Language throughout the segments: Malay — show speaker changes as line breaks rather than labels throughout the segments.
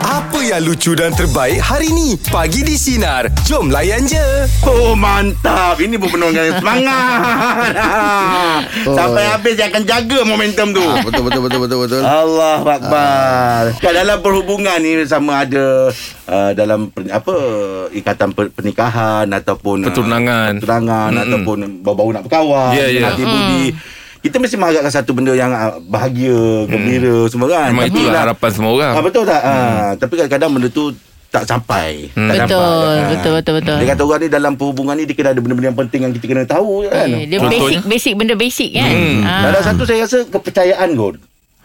Apa yang lucu dan terbaik hari ni? Pagi di Sinar. Jom layan je.
Oh mantap Ini pun penuhkan semangat oh. Sampai habis Dia akan jaga momentum tu
Ah,
Betul betul betul betul betul.
Allah Akbar Kat dalam perhubungan ni Sama ada uh, Dalam per, apa Ikatan per, pernikahan Ataupun uh,
Pertunangan.
Pertunangan mm Ataupun Baru-baru nak berkawan
Ya, ya.
Hati budi Kita mesti mengharapkan Satu benda yang uh, Bahagia Gembira Semua kan
Mm. Memang itulah
lah-
harapan Mm. semua orang.
Ah, betul tak? Ah, tapi kadang-kadang benda tu tak sampai. Hmm.
Mm.
Tak dapat.
Betul,
Ah.
betul, betul, betul.
Dia kata orang ni dalam perhubungan ni dia kena ada benda-benda yang penting yang kita kena tahu je kan.
Eh, dia basic
Contohnya?
basic benda basic kan.
Hmm.
Ah.
Salah satu saya rasa kepercayaan kot.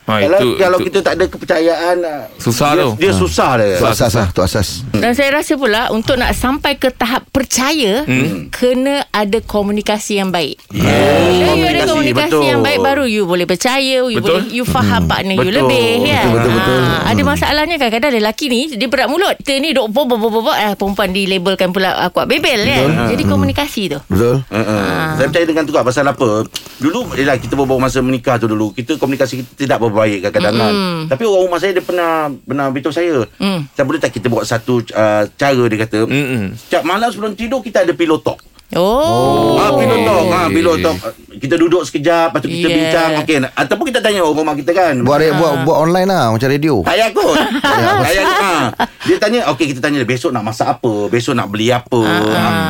Ha,
kalau
itu,
kalau
itu.
kita tak ada kepercayaan ah,
Susah
dia,
tu.
Dia susah dia.
Susah.
Asas lah Tu asas
Dan saya rasa pula untuk nak sampai ke tahap percaya hmm. kena ada komunikasi yang baik.
Yeah.
Kalau you ada
Eh, Ya,
komunikasi
betul.
"Oh,
Hmm.
yang baik baru you boleh percaya, you
Betul.
boleh you faham partner you
Betul.
lebih kan.
Betul, betul, betul. Hmm.
Ah, ada masalahnya kadang-kadang lelaki ni dia berat mulut. Kita ni dok bob bob bob bob, eh, perempuan dilabelkan pula ah, kuat bebel kan. Jadi
Hmm.
komunikasi tu.
Betul
Ah.
Uh-uh. Saya percaya dengan tu kat pasal apa Dulu ialah kita berbual masa menikah tu dulu Kita komunikasi kita tidak berbaik kadang-kadang kan. Tapi orang rumah saya dia pernah Pernah beritahu saya mm. Saya boleh tak kita buat satu uh, cara dia kata
Mm-mm.
Setiap malam sebelum tidur kita ada pillow talk
Oh.
Ah, pillow talk. Ah, pillow
Eh.
talk. Kita duduk sekejap, lepas tu kita
Yeah.
bincang. Okey, ataupun kita tanya orang rumah kita kan.
Buat, Ya, re- buat, buat online lah Macam radio
Tak payah kot Tak payah ha. Dia tanya Okey kita tanya dia, Besok nak masak apa Besok nak beli apa ha,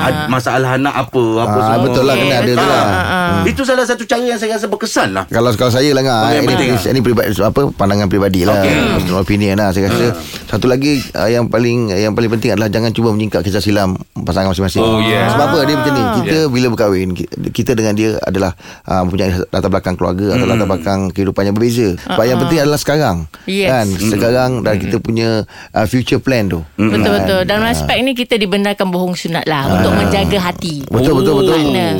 ad- Masalah anak apa Apa
Ah,
semua
betul lah, kena ada tu lah.
Ah. Itu salah satu cara Yang saya rasa berkesan lah
kalau kalau saya lah
Benda
kan
yang
ini,
penting
ini, ini peribadi, apa pandangan peribadi lah
Okey.
okay. personal opinion lah saya rasa satu lagi uh, yang paling yang paling penting adalah jangan cuba menyingkap kisah silam pasangan masing-masing
Oh, yeah.
sebab apa dia macam ni kita bila berkahwin ki- kita dengan dia adalah uh, mempunyai latar belakang keluarga atau latar belakang kehidupan yang berbeza sebab yang penting adalah sekarang
Yes.
kan sekarang dan kita punya uh, future plan tu
Betul betul.
Hmm.
Dalam aspek ni kita dibenarkan bohong sunat lah
Ah.
untuk menjaga hati.
Betul, betul, betul. Hmm.
Partner.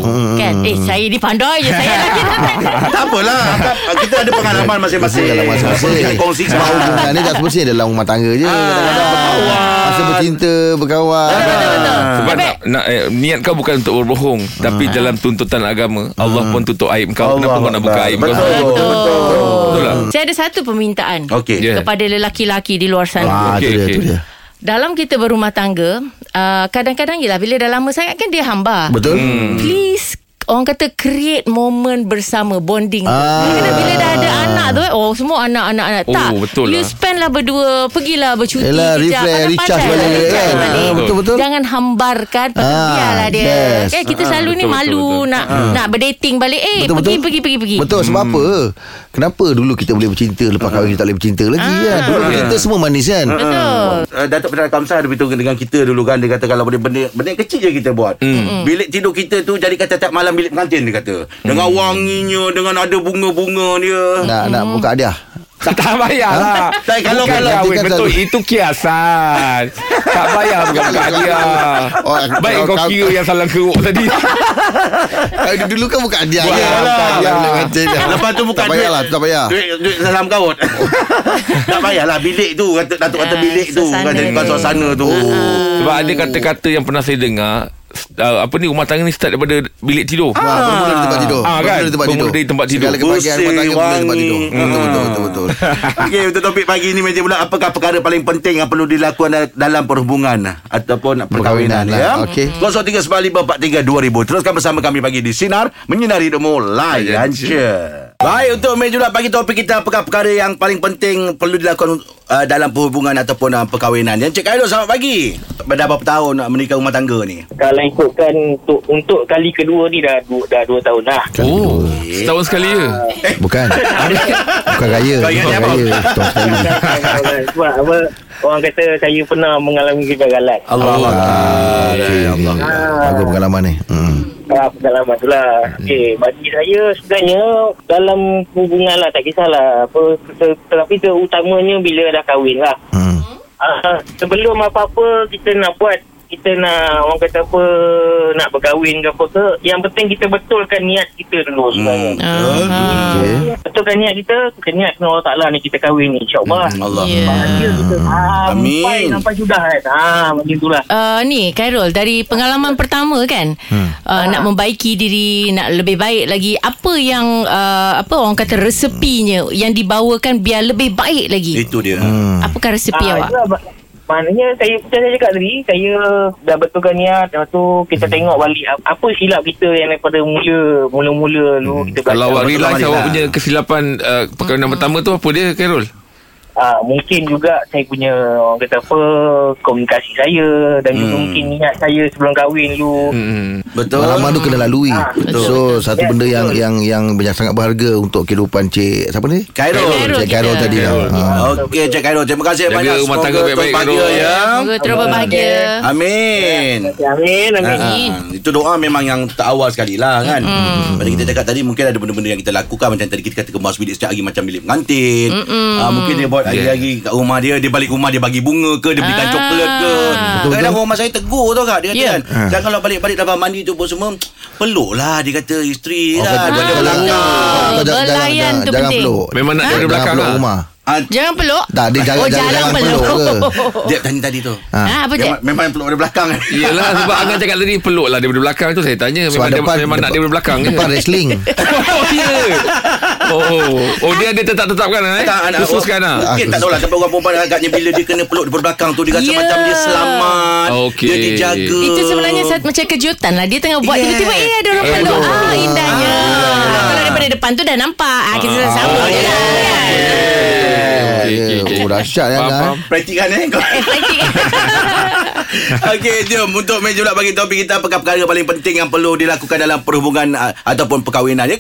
Kan? Eh saya ni pandai je saya lagi tak tak- tak.
Tak apalah Akak- Kita ada pengalaman masing-masing
Dalam masa-masa
Boleh kongsi kan. Ah.
Sebab hubungan ni tak semestinya dalam rumah tangga je Kadang-kadang berkawan Masa bercinta Berkawan
Ah.
Sebab
Tapi-
nak, nak, eh, niat kau bukan untuk berbohong Tapi dalam tuntutan agama Allah pun tutup aib kau Kenapa kau nak buka aib kau
Betul Betul,
Betul lah
Saya ada satu permintaan
Okey
Ya.
kepada lelaki-lelaki di luar sana.
Ah, tu
Okey,
dia,
okey.
tu dia.
Dalam kita berumah tangga, uh, kadang-kadang ialah bila dah lama sangat kan dia hamba.
Hmm.
Betul? Hmm.
Please Orang kata create moment bersama Bonding
Ah.
ah. Bila, bila dah ada anak tu eh, Oh semua anak-anak anak.
Oh,
Tak
betul
You
lah.
spend lah berdua Pergilah bercuti
Yelah, refresh,
kejap. Pandai-pandai
recharge
lah,
balik,
recharge
kan?
balik.
Ah,
betul-betul.
Jangan hambarkan
Ah,
ah, Biarlah dia
yes. Ah,
kan, Kita selalu ni
betul,
malu
betul, betul.
Nak nak berdating balik Eh pergi, pergi pergi pergi
Betul sebab apa
Hmm.
Kenapa dulu kita boleh bercinta Lepas kahwin kita tak boleh bercinta lagi
Ah.
kan Dulu bercinta semua manis kan
Betul
Uh, Datuk Perdana Kamsah ada beritahu dengan kita dulu kan Dia kata kalau boleh benda, benda yang kecil je kita buat
Hmm.
Hmm.
mm. Bilik tidur kita tu Jadi kata tiap malam bilik pengantin dia kata Dengan
Hmm.
wanginya Dengan ada bunga-bunga dia
Nak nak
Hmm.
buka hadiah
Tak payah lah
Tak, kalau-
Bukan
kalau-
kahwin
kan
Betul
selalu-
itu kiasan Tak payah bukan bukan hadiah
Oh,
Baik
kalau-
kau
kalau-
kira yang salah keruk tadi
Kalau Dulu kan buka hadiah
Buat
kan?
hadiah.
Buka hadiah, bukan kancing dah.
lah. Lepas tu bukan
Tak payah lah tu Tak payah
Duit, duit dalam kaut Tak payahlah bilik tu kata, Datuk kata
Ah,
bilik tu
suasana
Kan jadi bukan
dia. Ah.
suasana tu
Sebab ada kata-kata yang pernah saya dengar s- uh, Apa ni rumah tangga ni start daripada bilik tidur
Ah, bermula dari tempat tidur.
Ah, kan?
Bermula dari tempat
Bermula
tidur.
dari tempat tidur. Hmm.
Segala kebahagiaan rumah tangga bermula dari tempat tidur.
Bersih, wangi.
Betul betul betul betul.
Okey untuk topik pagi ni meja pula apakah perkara paling penting yang perlu dilakukan da- dalam perhubungan ah, ataupun perkahwinan
Perkahwinan lah,
ya.
okey.
0395432000. Teruskan bersama kami pagi di sinar menyinari hidupmu layan je. Baik untuk meja pula pagi topik kita apakah perkara yang paling penting perlu dilakukan uh, dalam perhubungan ataupun uh, perkahwinan. Yang Cik Khairul selamat pagi. Dah berapa tahun nak menikah rumah tangga ni?
kalau ikutkan untuk untuk kali kedua ni dah dua, dah dua tahun lah.
Oh Setahun sekali ya
Kan? Bukan. Bukan raya.
Kau ingat
Bukan
apa?
raya. Tuan sekali.
Sebab apa orang kata saya pernah mengalami kegagalan.
Allah
Ah, okey, okey. Bagus pengalaman ni. Hmm.
Ah, pengalaman tu lah. Okey, bagi saya sebenarnya dalam hubungan lah tak kisahlah. Apa, ter- tetapi terutamanya bila dah kahwin lah.
Hmm.
Ah, sebelum apa-apa kita nak buat kita nak orang kata apa nak berkahwin ke apa ke yang penting kita betulkan niat kita dulu sebenarnya hmm.
Ah,
Okey.
betulkan niat kita betulkan niat dengan Allah Ta'ala ni kita kahwin ni insyaAllah hmm.
Allah.
Ya.
Ya, kita sampai
Amin.
sampai sudah kan. Ah, macam itulah.
Uh, ni Khairul dari pengalaman pertama kan hmm. uh, nak membaiki diri nak lebih baik lagi apa yang uh, apa orang kata resepinya yang dibawakan biar lebih baik
Eh,
lagi
Itu dia.
Hmm.
apakah resepi awak
Ah,
ya.
itulah, Mak. Maknanya saya macam saya cakap tadi Saya dah betulkan niat Lepas tu kita tengok balik ap- Apa silap kita yang daripada mula Mula-mula dulu kita belajar
Kalau awak
Betul,
realise
Marilah.
awak punya kesilapan uh, perkahwinan pertama tu apa dia Khairul?
Ah, Mungkin juga saya punya Orang kata apa Komunikasi saya Dan juga mungkin niat saya sebelum kahwin dulu
Hmm.
Betul.
Pengalaman tu kena lalui.
Ah,
betul. So satu
Yes,
benda yang
betul.
yang yang banyak sangat berharga untuk kehidupan Cik siapa ni?
Khairul.
Khairul
Cik
kita.
Khairul tadi. lah. Ha.
Okey, Cik Khairul. Terima kasih
Jaga
banyak.
rumah tangga
Semoga
baik-baik,
berbahagia,
Khairul.
ya.
Semoga terus
Ah,
berbahagia
Amin.
Ya, Amin Amin
Ah, itu doa memang yang tak awal sekali lah kan mm. Macam kita cakap tadi Mungkin ada benda-benda yang kita lakukan Macam tadi kita kata kemas bilik setiap hari Macam bilik pengantin ah, Mungkin dia buat hari-hari kat rumah dia Dia balik rumah dia bagi bunga ke Dia belikan
Ah.
coklat ke Kadang-kadang rumah saya tegur tau kak Dia kata
Ya.
kan
Ah.
Jangan kalau balik-balik dapat mandi tu pun semua Peluk lah dia kata isteri
Oh,
lah
kata-
Dia
kata-
belakang
kata- jangan-
Belayan
jangan-
tu
jangan
penting.
peluk.
Memang nak dari
Jangan
belakang
peluk
lah.
rumah.
ah,
jangan peluk
Tak, dia jangan-
oh,
jangan-
jangan,
jangan
peluk,
peluk
Dia tanya tadi tu
Ah.
Ah, Oh. apa
Dia
dia?
ma- Memang peluk dari belakang
Yelah sebab Angan cakap tadi peluk lah daripada belakang tu saya tanya
Sebab
memang dia,
depan-
memang nak
depan-
daripada belakang
Depan
ke?
wrestling.
oh, ya. oh, oh dia dia tetap tetapkan eh.
anak-
Khususkan ah.
Mungkin tak tahulah Tapi orang perempuan agaknya Bila dia kena peluk Dari belakang tu Dia rasa
Ya.
macam dia selamat
Okey.
Dia dijaga
Itu sebenarnya satu, macam kejutan lah Dia tengah buat
Yes.
tiba-tiba Eh ada orang
Eh,
peluk
betul.
Ah indahnya
Ah.
Kalau daripada depan tu dah nampak ah, Kita sama je lah kan
Eh,
Eh, Okey, okey, okey.
Oh, dahsyat ya.
Faham,
Angah.
faham.
Praktikan eh kau. Okey, jom untuk meja pula bagi topik kita apakah perkara paling penting yang perlu dilakukan dalam perhubungan uh, ataupun perkahwinan. Ya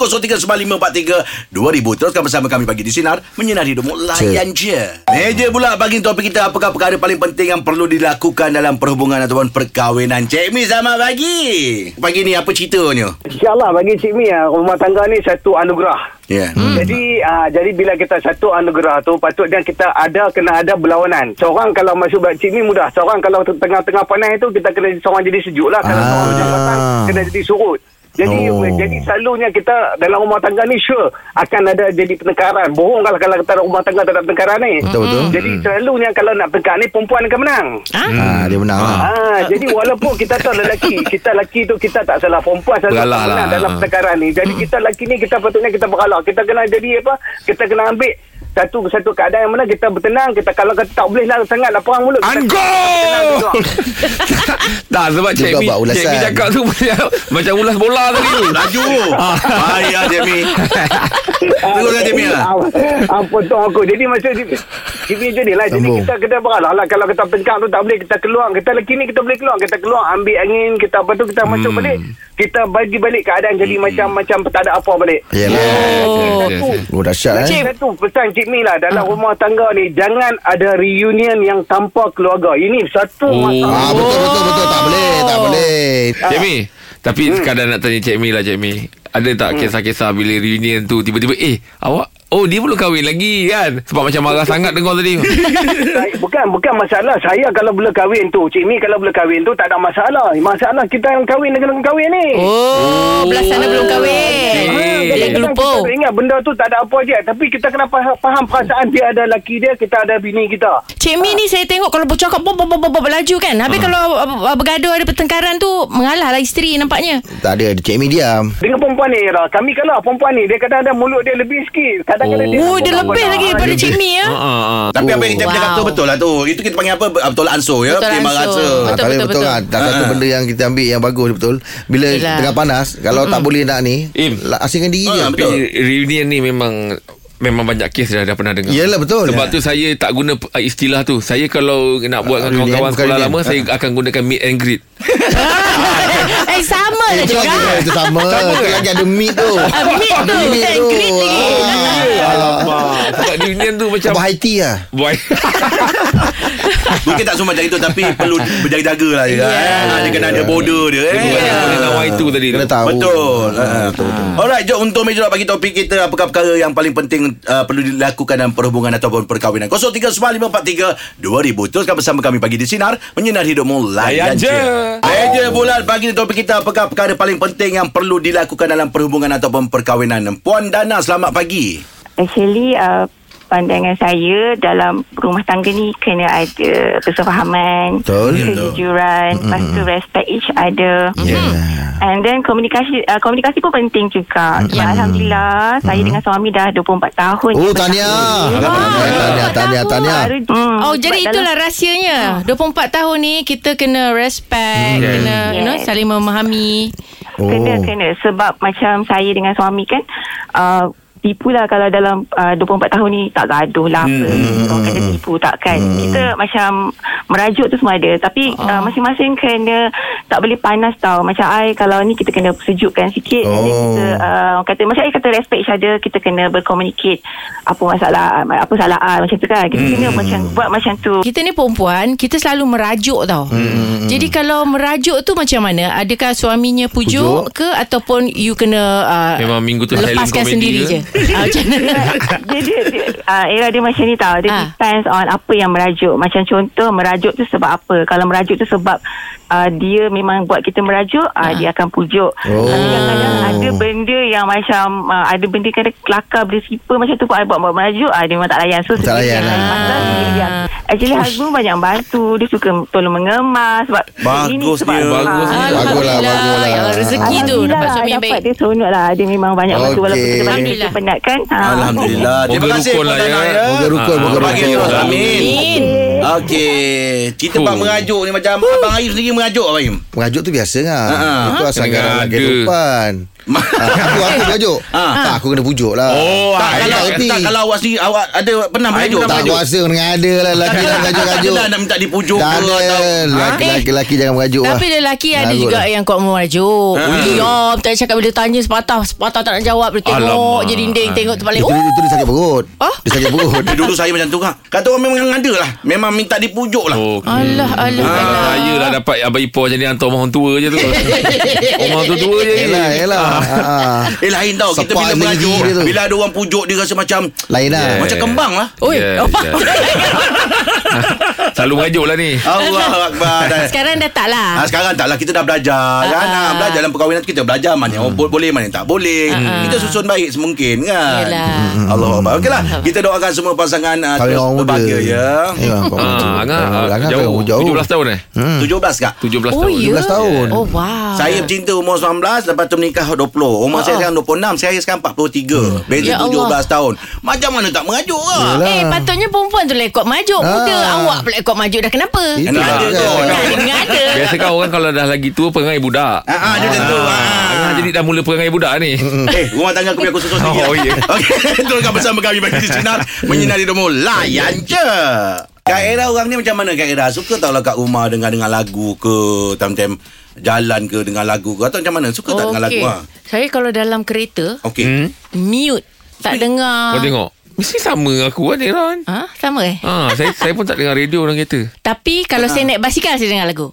0395432000. Teruskan bersama kami pagi di sinar menyinari hidupmu layan je. Meja pula bagi topik kita apakah perkara paling penting yang perlu dilakukan dalam perhubungan ataupun perkahwinan. Cik Mi selamat pagi. Pagi ni apa ceritanya?
InsyaAllah bagi Cik Mia Rumah tangga ni satu anugerah
Ya. Yeah.
Hmm. Jadi uh, jadi bila kita satu anugerah tu patutnya kita ada kena ada berlawanan. Seorang kalau masuk buat cik ni mudah. Seorang kalau t- tengah-tengah panas tu kita kena seorang jadi sejuk lah. Kalau
Ah.
seorang macam matang kena jadi surut. Jadi
Oh.
oh. jadi selalunya kita dalam rumah tangga ni sure akan ada jadi pertengkaran. Bohong lah kalau kalau kita rumah tangga tak ada pertengkaran ni.
Betul betul. Hmm.
Jadi selalunya kalau nak tengkar ni perempuan akan menang.
Ah, dia menang lah.
Ah, jadi walaupun kita tahu lelaki, kita lelaki tu kita tak salah perempuan salah
Beralah lah.
dalam pertengkaran ni. Jadi kita lelaki ni kita patutnya kita beralah. Kita kena jadi apa? Kita kena ambil satu satu keadaan yang mana kita bertenang, kita kalau kita tak boleh lah sangat lah perang mulut. Kita
Ango!
tenang duduk.
tak sebab
Dia
Cik
bukan
Mi,
buat
Cik Mi
ulasan. Ah.
cakap tu macam, macam ulas bola tadi tu.
Laju.
Ah.
Bahaya Cik Mi. Teruskan Cik Mi lah.
Ah, potong aku. Jadi maksud Jimmy jadi lah. Jadi
Sambung.
kita kena beralah lah. Kalau kita tengkar tu tak boleh kita keluar. Kita lelaki ni kita boleh keluar. Kita keluar ambil angin. Kita apa tu kita
Hmm.
masuk balik. Kita bagi balik keadaan jadi macam macam tak ada apa balik.
Ya, Yalah.
Oh
Yes, yes.
Oh, dahsyat
Cik,
eh. Ah.
satu pesan Cik Mi lah dalam rumah tangga ni jangan ada reunion yang tanpa keluarga. Ini satu
Oh.
masalah.
Ah, betul betul betul tak boleh,
Oh.
tak boleh.
Cik Mi Tapi hmm. kadang nak tanya Cik Mi lah Cik Mi Ada tak kisah-kisah bila reunion tu Tiba-tiba eh awak Oh dia belum kahwin lagi kan Sebab macam marah sangat dengar tadi
Saya- Bukan bukan masalah saya kalau bila kahwin tu. Cik Mi kalau bila kahwin tu tak ada masalah. Masalah kita yang kahwin dengan orang kahwin ni.
Oh Belasana belum kahwin Ah,
Okey.
Dia
Kadang-kadang
lupa
Kita ingat benda tu tak ada apa je Tapi kita kena faham, faham perasaan dia ada laki dia Kita ada bini kita
Cik Mi ni saya tengok kalau bercakap bob bob bob bob laju kan. Habis kalau uh, bergaduh ada pertengkaran tu mengalah lah isteri nampaknya.
Tak ada Cik Mi diam.
Dengan perempuan ni Ira Kami kalau perempuan ni Dia kadang-ada mulut dia lebih sikit
Oh.
Kadang-kadang dia
Oh dia lebih lagi daripada
lebih.
Cik Mi ya.
Ah, ah, ah.
Tapi apa yang kita
Wow.
cakap tu betul lah tu. Itu kita panggil apa? Bertolak ansur ya.
Bertolak
Terima
ansur.
rasa.
Ah,
Betul,
tapi
betul, betul.
betul, kan? Tak satu benda yang kita ambil yang bagus betul. Bila
Yelah.
tengah panas, kalau tak boleh nak ni,
Im.
la- asingkan diri
Ah,
je.
betul.
Tapi reunion ni memang Memang banyak kes dah, dah pernah dengar
Yelah, betul.
Sebab tu saya tak guna uh, istilah tu Saya kalau nak buat
Ah,
dengan
reunion, Ah.
kawan-kawan
bukan
sekolah
reunion.
lama Saya akan gunakan meet and greet
eh Eh sama lah
Itu
juga
lagi Itu sama
Sama
Itu
kan?
lagi ada meat tu
Ah, meat tu.
Meat
Dan
tu
grit lagi.
Ah.
Alamak Sebab union tu macam
Tambah Haiti lah
Boy
Mungkin tak semua macam itu Tapi perlu berjaga-jaga lah juga yeah. eh. Dia kena ada border dia eh.
Boleh boleh nawai tu tadi tu
Kena tahu
Betul. Ah, Alright, jom untuk meja bagi topik kita apakah perkara yang paling penting uh, perlu dilakukan dalam perhubungan ataupun perkahwinan. 0395432000. Teruskan bersama kami pagi di sinar menyinar hidupmu layan
Layan
je.
je.
Meja bulan pagi ni topik kita apakah perkara paling penting yang perlu dilakukan dalam perhubungan ataupun perkahwinan. Puan Dana, selamat pagi.
Actually uh, pandangan saya dalam rumah tangga ni kena ada kesefahaman,
Betul.
kejujuran, lepas tu respect each other.
Mm-hmm.
Yeah.
And then komunikasi uh, komunikasi pun penting juga. Sebab Alhamdulillah saya dengan suami dah 24 tahun.
Oh
kita
tanya
Alhamdulillah.
Tanya Tanya Tanya
baru- Hmm,
Oh
sebab
jadi
dalam- Ah.
itulah rahsianya 24 tahun ni Kita kena respect
Yes.
Kena you know,
Yes.
saling memahami
Oh.
Kena kena sebab macam saya dengan suami kan uh, tipu lah kalau dalam uh, 24 tahun ni tak gaduh lah apa. Orang kata tipu takkan. Kita macam merajuk tu semua ada tapi
Ah.
uh, masing-masing kena tak boleh panas tau. Macam I kalau ni kita kena sejukkan sikit and then
Oh.
kita uh, orang kata macam I kata respect each other kita kena berkomunikasi apa masalah apa salah I macam tu kan. Kita kena macam buat macam tu.
Kita ni perempuan Kita selalu merajuk tau hmm. Jadi kalau merajuk tu macam mana Adakah suaminya pujuk,
Pujuk.
ke Ataupun you kena uh,
Memang minggu tu ya. silent
Lepaskan
comedy
sendiri
ke?
je Ah, Macam mana
dia, dia, dia uh, era dia macam ni tau. Dia
Ah.
depends on apa yang merajuk. Macam contoh merajuk tu sebab apa? Kalau merajuk tu sebab uh, dia memang buat kita merajuk, uh,
Ah.
dia akan pujuk.
Oh.
Tapi kadang-kadang ada benda yang macam uh, ada benda kadang kelakar benda sipa macam tu pun I buat buat merajuk, uh, dia memang tak layan. So
Tak layan lah.
Pasal dia
Ah.
diam. Actually husband banyak bantu, dia suka tolong mengemas sebab ini
Bagus
sebab
dia.
Ah,
Bagus dia.
Baguslah,
Alhamdulillah. Ya,
baguslah.
Rezeki tu
Alhamdulillah
Dapat
lah,
suami yang
dapat
baik
Dia seronok lah Dia memang banyak bantu
Okey.
Walaupun kita bantu Dia
Alhamdulillah.
penat kan ha.
Alhamdulillah.
Ah,
Terima
Moga
kasih
rukun
Puan
lah,
Dana
ya.
ya.
Moga rukun, moga
Bagi
rukun.
terus.
lah.
Amin.
Amin.
Okey, cerita
Fuh.
bang merajuk ni macam abang Aim sendiri merajuk abang Aim.
Mengajuk tu biasa kan
Ha-ha.
Itu asal
Ah, Kena
garam
ada.
kehidupan ha, Aku
Eh.
aku mengajuk
Ha.
Ah.
Tak aku kena pujuk lah
Oh,
Tak
ah,
kalau
tak reti.
tak kalau awak sendiri awak ada pernah merajuk
Tak
tak?
kuasa dengan ada lah Lelaki nak mengajuk-ngajuk
Tak lah nak minta dipujuk
Tak
ke
ada
atau Ah.
Lelaki- Lelaki-lelaki jangan mengajuk lah
Tapi lelaki ada
Mengajuk
juga
lah. Ha.
yang kuat merajuk. Diam, tak cakap bila tanya sepatah, sepatah tak nak jawab, dia tengok
Alamak.
je dinding, tengok tempat lain.
Itu,
Oh,
itu dia sakit perut
Ah?
Dia sakit perut
Eh, dulu saya macam tu kak. Kata orang memang ada lah. Memang minta dipujuk lah.
Oh,
alah alah
Ah,
alah.
saya lah dapat abang ipar macam ni hantar orang tua je tu. orang tua tua je.
Yelah Yelah Ha-ha.
Eh lain tau Kita bila
Support energy
merajuk
dia tu.
Bila ada orang pujuk Dia rasa macam
Lain lah
Yeah.
Macam kembang lah
Oi, Oh.
Yeah,
apa?
Ya, Selalu merajuk lah ni.
Allah Akbar
Sekarang dah tak lah.
Ha, sekarang tak lah Kita dah
Ah,
belajar kan ha, Belajar dalam perkahwinan tu Kita belajar Mana yang
Hmm.
bo- boleh Mana yang tak boleh Kita susun baik semungkin kan
Ah, Yelah.
Hmm,
Allah Akbar Okey lah Kita doakan semua pasangan uh,
Kalau
Terus
orang muda
berbahagia ya
Ya kau
Ah, Angah, ah,
Angah
jauh,
kau jauh Ah.
17 tahun eh?
Hmm.
17 kak
17
Oh,
tahun.
ya.
17 tahun.
Oh, wow.
Saya bercinta umur 19 Lepas tu menikah 20 Umur saya sekarang 26 Saya sekarang 43 Beza
Ah, Ya
17
Allah.
tahun Macam mana tak mengajuk lah
Hmm. Yelah.
Eh, patutnya perempuan tu lah ikut maju. Muda
Ah.
awak pula ikut maju dah kenapa?
Itu
Kena
lah
ada tu.
kan.
Kan, ada.
Biasa kan orang kalau dah lagi tua perangai budak.
Ha, ah, dia macam tu.
Ah, Angah
Ah.
jadi dah mula perangai budak ni.
Eh, rumah tangga aku biar aku susun sendiri.
Oh, ya.
Okey, teruskan bersama kami bagi di sinar menyinari demo layan je. Kak Era orang ni macam mana Kak Era? Suka tak lah kat rumah dengar-dengar lagu ke Time-time jalan ke dengan lagu ke Atau macam mana? Suka tak dengan lagu? Oh.
Okey.
Ha?
Saya kalau dalam kereta,
Okey
Hmm?
mute. Tak dengar.
Kau tengok. Mesti sama dengan aku kan, Iran.
Ha? Sama eh?
Ah, saya saya pun tak dengar radio dalam kereta.
Tapi kalau
Ah.
saya naik basikal, saya dengar lagu.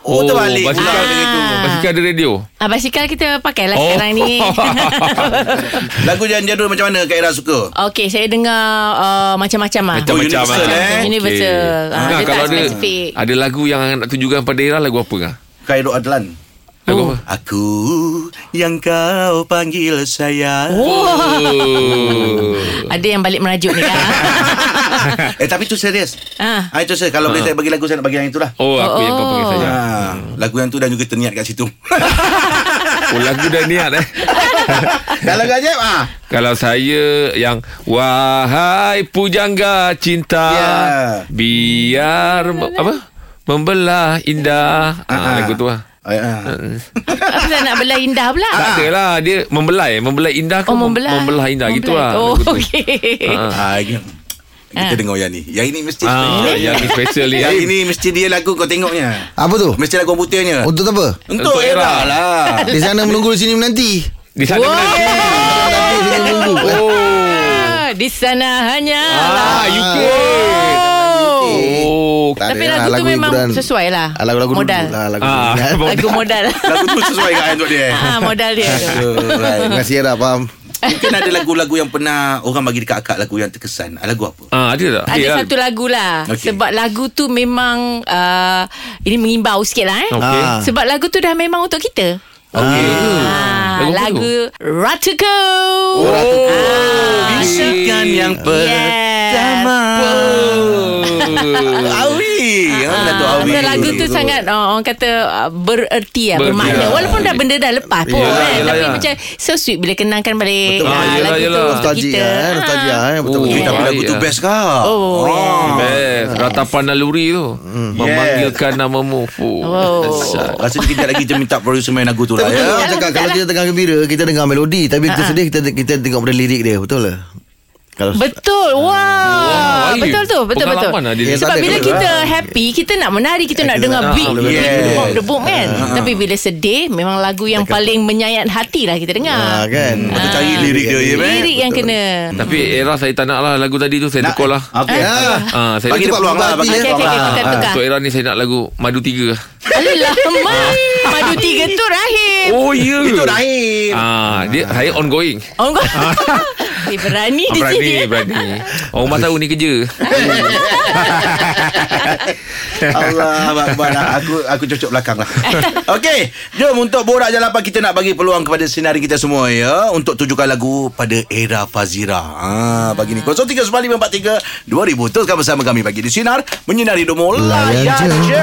Oh, terbalik
Basikal
pula.
ada radio.
Ah.
Basikal kan ada radio.
Ah, basikal kita pakai lah
Oh.
sekarang ni.
Lagu yang jadul macam mana Kak Era suka?
Okey, saya dengar uh, macam-macam lah.
Oh,
Macam-macam
universal,
ah.
eh?
Okey.
Universal. Ah,
Angah,
dia tak
kalau ada
spesifik.
ada lagu yang Angah nak tunjukkan pada Ira lagu apa Angah?
Khairul Adlan
Lagu
Oh.
apa?
Aku yang kau panggil sayang
Oh.
Ada yang balik merajuk ni kan.
Eh tapi tu serius
ah.
Ah itu saya kalau boleh saya bagi lagu saya nak bagi yang itulah.
Oh, aku yang kau panggil
Oh.
saja.
Ha, lagu yang tu dan juga terniat kat situ.
Oh, lagu dah niat eh.
Kalau gajib ah.
Kalau saya yang Wahai pujangga cinta
Ya.
Biar me- Apa? Membelah indah ah,
Ah, ah.
Lagu tu lah
Ay, ah.
Apa saya nak belah indah pula?
Tak ada lah Dia membelai Membelai indah ke
Ah. Oh,
mem-
membelah.
Membelah indah Gitu lah
Oh,
lagu tu.
okey.
Ah,
Ah, Kita dengar yang ni Yang ini mesti
Ah, yang ni special ni.
Yang ini mesti dia lagu kau tengoknya
Apa tu?
Mesti lagu komputernya
Untuk apa?
Oh. Untuk
Untuk
era
era.
lah
Di sana menunggu di sini menanti.
Di sana kan? menanti.
Menanti di
Oh.
sini menunggu.
Ah, Di sana hanya
Ah, UK. Oh.
Tak
Tapi
ada
lagu
lah,
tu memang
hiburan.
sesuai lah.
Ah, Lagu-lagu dulu
Modal.
lah, Lagu
Ah.
dulu.
Lagu modal
Lagu tu sesuai dengan untuk dia
Ah, Modal dia tu
Alright, Eh, Terima kasih Era Faham
Mungkin ada lagu-lagu yang pernah Orang bagi dekat akak Lagu yang terkesan Ah, Lagu apa?
Ah, ada tak?
Ada
Ada
satu lagu lah
Okey.
okay. Sebab lagu tu memang uh, Ini mengimbau sikit lah eh
Okey.
Ah.
Sebab lagu tu dah memang untuk kita
Okey.
ah,
Hmm. Lagu apa tu?
Lagu Ratuko Oh,
Ah,
Bisikan
okey.
yang pertama Oh. Awi Ah, Lagu Awi
Betul, lagu tu sangat uh, orang kata uh, bererti lah,
Bererti
bermakna.
lah.
Walaupun dah benda dah lepas pun
Yelah,
kan.
yelah,
Tapi
yelah.
macam so sweet bila kenangkan balik
Betul.
ah,
Ah, yelah,
lagu
yelah.
tu untuk
Nostalgia
kita.
eh Nostalgia
Ah.
eh Betul-betul
Ui,
kita
Tapi
Yeah.
lagu tu
Yeah.
best kah? Ah.
Oh,
Best Ratapan naluri tu Memanggilkan namamu oh.
Oh.
Rasanya kita lagi kita minta producer main lagu tu lah
Betul
ya.
lah cakap Kalau kita tengah gembira Kita dengar melodi Tapi
Ah,
kita sedih Kita kita tengok pada lirik dia Betul lah Kalau
Betul. Wah.
Ah. Wah,
Wow. Betul tu. Betul betul.
Pengalaman lah dia ni.
Sebab
Tak ada
bila
betul
kita
lah.
happy, kita nak menari, kita nak
kita
dengar
nak-
beat,
ah,
beat,
yes.
debom debom kan. Tapi bila sedih, memang lagu yang paling menyayat hati lah kita
Ah,
dengar.
kan
Kita cari lirik dia ya man.
Lirik yang kena.
Tapi era saya tak nak lah Lagu tadi tu saya tekol lah
Okey.
Ah.
Ah, saya
Bagi dia
Cepat
peluang lah
berbagi,
Bagi dia
eh.
Okey,
peluang
okey,
lah
kita tukar.
Untuk era ni saya nak lagu Madu Tiga
Alah lama Madu tiga tu rahim
Ah. Oh ya
Itu naik
Ah, dia saya ongoing.
Orang kau Dia berani
Ah,
di sini
berani, berani. Orang rumah tahu ni kerja.
Allah Akbar Aku aku cocok belakang lah Okey Jom untuk borak jalapan Kita nak bagi peluang Kepada sinari kita semua ya Untuk tujukan lagu Pada era Fazira ha, Pagi ni 039543 2000 Teruskan bersama kami Pagi di Sinar Menyinari Domo Layan je